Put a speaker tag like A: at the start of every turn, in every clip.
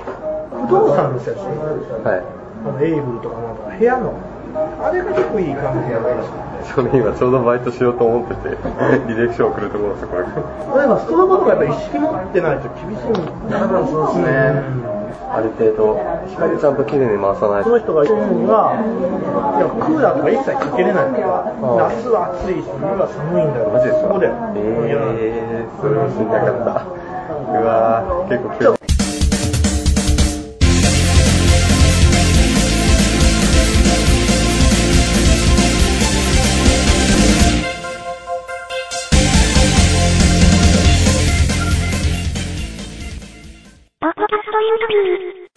A: お父さんのやつね
B: はい。
A: あのエイブルとかなんか部屋のあれが結構いい感じでやるらしい
B: それ今ちょうどバイトしようと思ってて、 履歴書送るところですよ、これ。
A: 例えばストロボとかやっぱり意識持ってないと厳しいんだ
C: 多分そうですね
B: ある程度、ちゃんと綺麗に回さない
A: そ
B: と。
A: の人が言うのが、いや、クーラーとか一切かけれないんだよ。夏は暑いし、冬は寒いんだよ。
B: マジです
A: そ
B: か
A: こで。いや
B: えー、それは知りたかった。うわー、結構今日。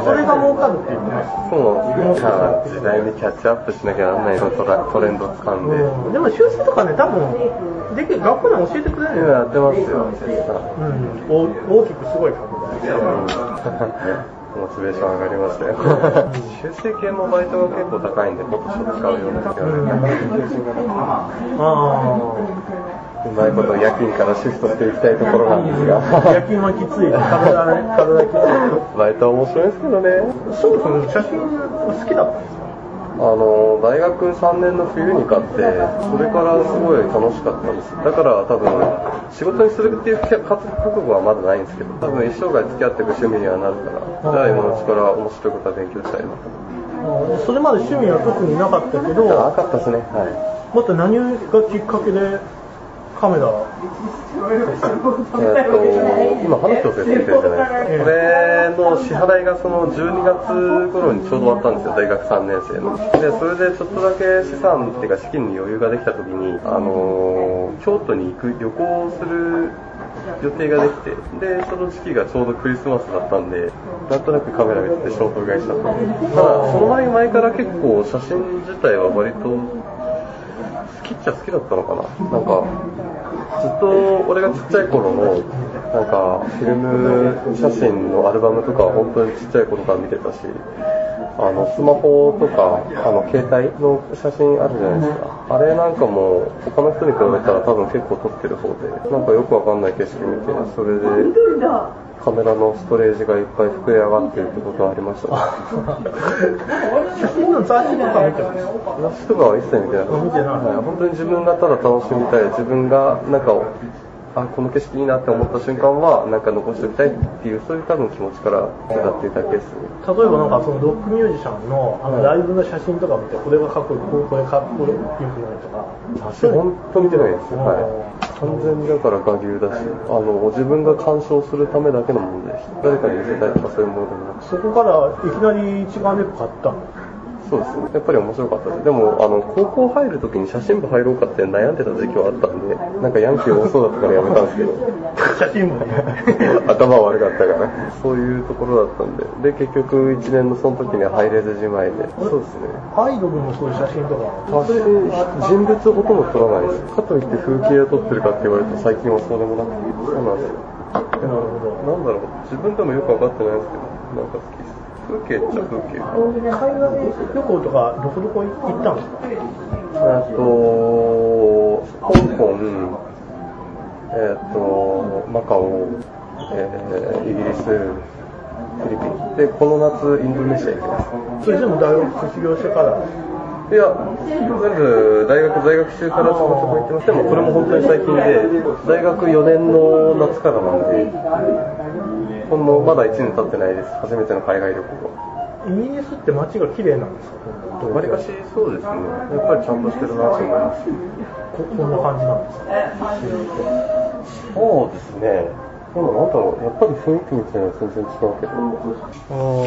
A: それが儲かるって言ってます。
B: そうなんですよさあ時代にキャッチアップしなきゃなんないのトラトレンド掴んで。
A: うんでも修正とかね、多分、できる学校でも教えてくれる
B: 今
A: よ。
B: やってますよ、絶
A: う
B: 対。
A: ん、お大きくすごい拡大して。
B: モチベーション上がりました よ。修正系もバイトが結構高いんで、今年使うようですけど
A: あ
B: うまいこと夜勤からシフトしていきたいところなんです
A: あ。夜
B: が。
A: 勤はきつい。体ね、体きつ
B: バイトは面白いですけどね。
A: い。そもそも写真は好きだったんですか
B: あの、大学3年の冬に買って、それからすごい楽しかったです。だから多分、仕事にするっていう覚悟はまだないんですけど、多分一生涯付き合っていく趣味にはなるから、じゃあ今のうちから面白いことは勉強したいなと。
A: あそれまで趣味は特になかったけど、
B: あ、かったですね。はい。
A: また何がきっかけでカメラ
B: えっと、今、ハルキョ先生ってるじゃないですか。これの支払いがその12月頃にちょうど終わったんですよ、大学3年生の。で、それでちょっとだけ資産っていうか資金に余裕ができた時に、あのー京都に行く、旅行をする予定ができて、で、その時期がちょうどクリスマスだったんで、なんとなくカメラ見てて衝動買いしたと。ただ、その前々から結構写真自体は割と好きっちゃ好きだったのかな。なんか、ずっと俺がちっちゃい頃の、なんか、フィルム写真のアルバムとかは本当にちっちゃい頃から見てたし、あの、スマホとか、あの、携帯の写真あるじゃないですか。あれなんかも、他の人に比べたら多分結構撮ってる方で、なんかよくわかんない景色見て、それで、カメラのストレージがいっぱい膨れ上がってるってことはありました。
A: 写真の雑誌とか見てます
B: 話とかは一切見てなかった。
A: 見てない
B: はい本当に自分がただ楽しみたい、自分がなんか、あ、この景色いいなって思った瞬間は、なんか残しておきたいっていう、そういう多分気持ちから歌っていただけですね。
A: 例えばなんかそのロックミュージシャンのあのライブの写真とか見てこれがかっこいいこれこれかっこよくないとか
B: 本当見てないです。
A: あ
B: はい。完全にだから我流だし、あの、自分が鑑賞するためだけのものでした。誰かに見せたいとかそういうものでもなく
A: ーそこからいきなり一眼レフ買ったの
B: そうですね。やっぱり面白かったです。でも、あの、高校入るときに写真部入ろうかって悩んでた時期はあったんで、なんかヤンキー多そうだったからやめたんですけ
A: 写真も
B: ど、 頭悪かったから。そういうところだったんで。で、結局1年のその時には入れずじまいで。そうですね。
A: アイドルのそういう写真とか
B: 写真、人物ほとんど撮らないです。かといって風景を撮ってるかって言われると最近はそうでもなくて。そうなんですよ。
A: なるほ
B: なんだろう、自分でもよくわかってないですけど、なんか好きです。風景っちゃ風景かな。
A: ど海外旅行とかどこどこ行ったんですか
B: えっと、香港、えっと、マカオ、えーイギリス、フィリピン。で、この夏、インドネシア行きま
A: それでも大学卒業してから
B: す。いや、全部、大学在学中からちょこちょこ行ってます。でも、これも本当に最近で、大学4年の夏からなんで、ほんのまだ1年経ってないです。初めての海外旅行は。
A: イギリスって街が綺麗なんですか
B: わりかしそうですね。やっぱりちゃんとしてるなと思います。
A: ここんな感じなんですか
B: そうですね。でもなんだろう、やっぱり雰囲気みたいなのは全然違うけど。
A: あー